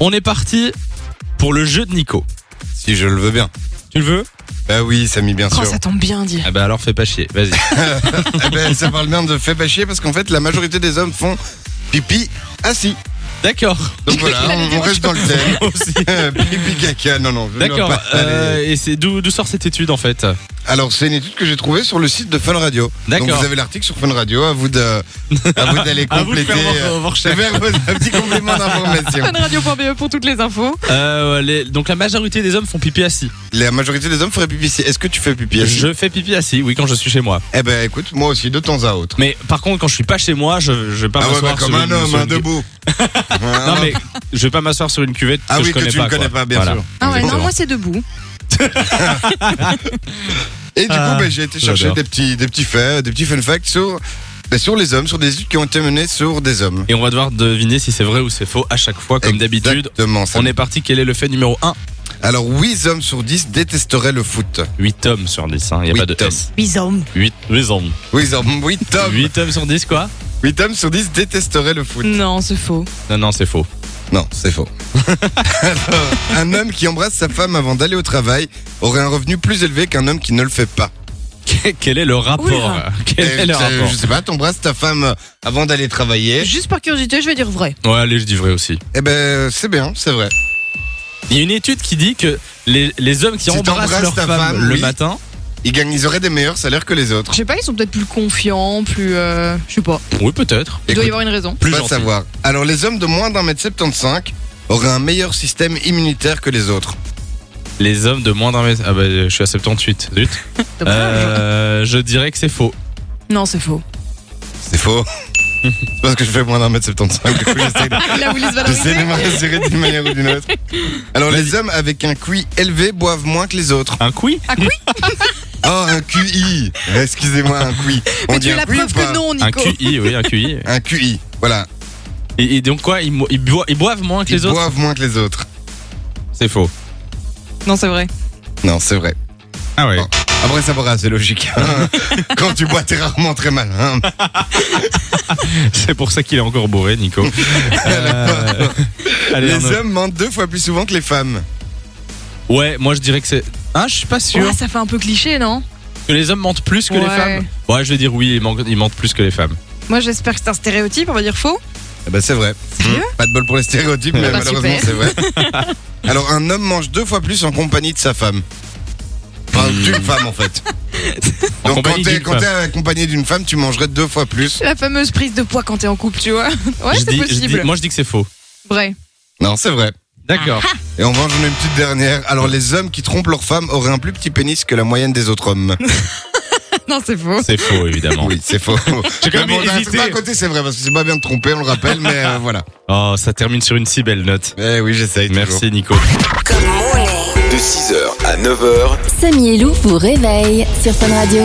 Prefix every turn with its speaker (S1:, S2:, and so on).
S1: On est parti pour le jeu de Nico.
S2: Si je le veux bien.
S1: Tu le veux
S2: Bah oui, Samy, bien
S3: Oh,
S2: sûr.
S3: ça tombe bien, dit.
S1: Ah bah alors fais pas chier, vas-y.
S2: Eh ben, ça parle bien de fait pas chier parce qu'en fait, la majorité des hommes font pipi assis.
S1: D'accord.
S2: Donc voilà,
S3: J'allais
S2: on,
S3: dire
S2: on reste dans le thème.
S1: Aussi.
S2: pipi caca, non, non. je ne veux
S1: D'accord.
S2: pas aller-
S1: euh, et c'est d'où d'où sort cette étude en fait
S2: Alors, c'est une étude que j'ai trouvée sur le site de Fun Radio.
S1: D'accord.
S2: Donc, vous avez l'article sur Fun Radio, à vous de- à vous d'aller
S1: À vous de
S2: compléter.
S1: faire vos-
S2: euh,
S1: vos
S2: Je
S1: recherches.
S2: vais faire un petit complément d'information.
S3: Funradio.be pour toutes les infos.
S1: Euh, les- donc la majorité des hommes font pipi assis.
S2: La majorité des hommes feraient pipi. assis. Est-ce que tu fais pipi assis
S1: Je fais pipi assis, oui, quand je suis chez moi.
S2: Eh ben, écoute, moi aussi, de temps à autre.
S1: Mais par contre, quand je suis pas chez moi, je, je vais pas
S2: Ah ouais,
S1: m'asseoir
S2: bah, comme
S1: sur
S2: un
S1: une-
S2: homme,
S1: sur
S2: un
S1: une-
S2: debout.
S1: Non mais je vais pas m'asseoir sur une cuvette
S2: Ah
S1: que
S2: oui,
S1: je
S2: que
S1: connais
S2: tu
S1: pas.
S2: ne connais
S1: quoi.
S2: pas, bien
S1: Voilà.
S2: sûr.
S3: Ah ouais, non,
S2: Exactement.
S3: moi c'est debout.
S2: Et du
S1: Ah,
S2: coup, ben, j'ai été chercher
S1: j'adore.
S2: des petits, des petits faits, des petits fun facts sur, ben, sur les hommes, sur des études qui ont été menées sur des hommes.
S1: Et on va devoir deviner si c'est vrai ou c'est faux à chaque fois, comme d'habitude.
S2: Exactement. ça.
S1: On est parti, quel est le fait numéro 1
S2: Alors, 8 hommes sur 10 détesteraient le foot.
S1: 8 hommes sur 10, il n'y a
S2: Huit
S1: pas de
S2: hommes.
S1: S.
S3: Bisous.
S1: 8, hommes.
S2: 8 hommes, 8 hommes,
S1: 8 hommes sur 10 quoi
S2: Huit hommes sur 10 détesteraient le foot.
S3: Non, c'est faux.
S1: Non, non, c'est faux.
S2: Non, c'est faux. Alors, un homme qui embrasse sa femme avant d'aller au travail aurait un revenu plus élevé qu'un homme qui ne le fait pas.
S1: quel est le rapport
S3: Oula.
S1: Quel est
S2: Euh,
S1: le
S2: euh,
S1: rapport
S2: je sais pas, t'embrasses ta femme avant d'aller travailler.
S3: Juste par curiosité, je vais dire vrai.
S1: Ouais, allez, je dis vrai aussi.
S2: Eh ben, c'est bien, c'est vrai.
S1: Il y a une étude qui dit que les, les hommes qui
S2: Si
S1: embrassent
S2: t'embrasses
S1: leur
S2: ta
S1: femme,
S2: femme,
S1: le
S2: oui.
S1: matin,
S2: Ils, gagnent, ils auraient des meilleurs salaires que les autres.
S3: Je sais pas, ils sont peut-être plus confiants, plus. euh, je sais pas.
S1: oui, peut-être.
S3: Il doit y
S2: Écoute,
S3: avoir une raison.
S1: Plus
S2: pas
S1: gentil.
S2: savoir. Alors les hommes de moins d'un mètre 75 auraient un meilleur système immunitaire que les autres.
S1: Les hommes de moins d'un mètre. Ah bah, je suis à 78. Zut.
S3: Dommage.
S1: Euh, je dirais que c'est faux.
S3: Non, c'est faux.
S2: C'est faux. c'est parce que je fais moins d'un mètre 75. Du coup, j'essaie de-
S3: Là où ils se
S2: j'essaie de me
S3: valorisent.
S2: rassurer d'une manière ou d'une autre. Alors les hommes avec un QI élevé boivent moins que les autres.
S1: Un couille
S2: Oh un QI. Excusez-moi un QI.
S3: Mais
S2: On
S3: tu
S2: dit
S3: es la
S2: un QI ou
S3: preuve
S2: pas
S3: que non,
S1: Un
S3: Nico.
S1: QI, oui, un QI.
S2: Un QI. Voilà.
S1: Et, et donc quoi ils, mo- ils boi- ils boivent moins que
S2: Ils
S1: les autres
S2: boivent moins que les autres.
S1: C'est faux.
S3: Non, c'est vrai.
S2: Non c'est vrai.
S1: Ah ouais.
S2: Oh. Après ça pourra, c'est logique. Quand tu bois t'es rarement très mal. hein.
S1: C'est pour ça qu'il est encore bourré, Nico. Euh, allez,
S2: les
S1: Arnaud.
S2: hommes mentent deux fois plus souvent que les femmes.
S1: Ouais, moi je dirais que c'est. Ah, je suis pas sûr.
S3: Ouais, ça fait un peu cliché, non
S1: Que les hommes mentent plus que les
S3: Ouais.
S1: femmes Ouais, je vais dire oui, ils mentent, ils mentent plus que les femmes.
S3: Moi, j'espère que c'est un stéréotype, on va dire faux.
S2: Eh ben, c'est vrai.
S3: Sérieux
S2: Mmh. Pas de bol pour les
S1: Ah
S2: stéréotypes, mais
S3: Bah,
S2: malheureusement, c'est vrai. Alors, un homme mange deux fois plus en compagnie de sa femme. Enfin,
S1: Mmh.
S2: d'une femme, en fait.
S1: En
S2: Donc, quand
S1: compagnie
S2: t'es
S1: d'une
S2: quand t'es accompagné d'une femme, tu mangerais deux fois plus.
S3: La fameuse prise de poids quand t'es en couple, tu vois. Ouais,
S1: Je
S3: c'est
S1: dis- je
S3: possible.
S1: dis- moi je dis que c'est faux. Ah.
S3: Vrai.
S2: Non, c'est vrai.
S1: D'accord.
S2: Et on va en donner une petite dernière. Alors, les hommes qui trompent leur femme auraient un plus petit pénis que la moyenne des autres hommes.
S3: Non, c'est faux.
S1: C'est faux, évidemment.
S2: Oui, c'est faux.
S1: J'ai quand même
S2: Mais bon, d'un
S1: hésité.
S2: certain côté, c'est vrai, parce que c'est pas bien de tromper, on le rappelle, mais euh, voilà.
S1: Oh, ça termine sur une si belle note.
S2: Eh oui, j'essaye. toujours.
S1: Merci, Nico.
S4: De 6h à 9h,
S5: Samy et Lou vous réveille sur Fun Radio.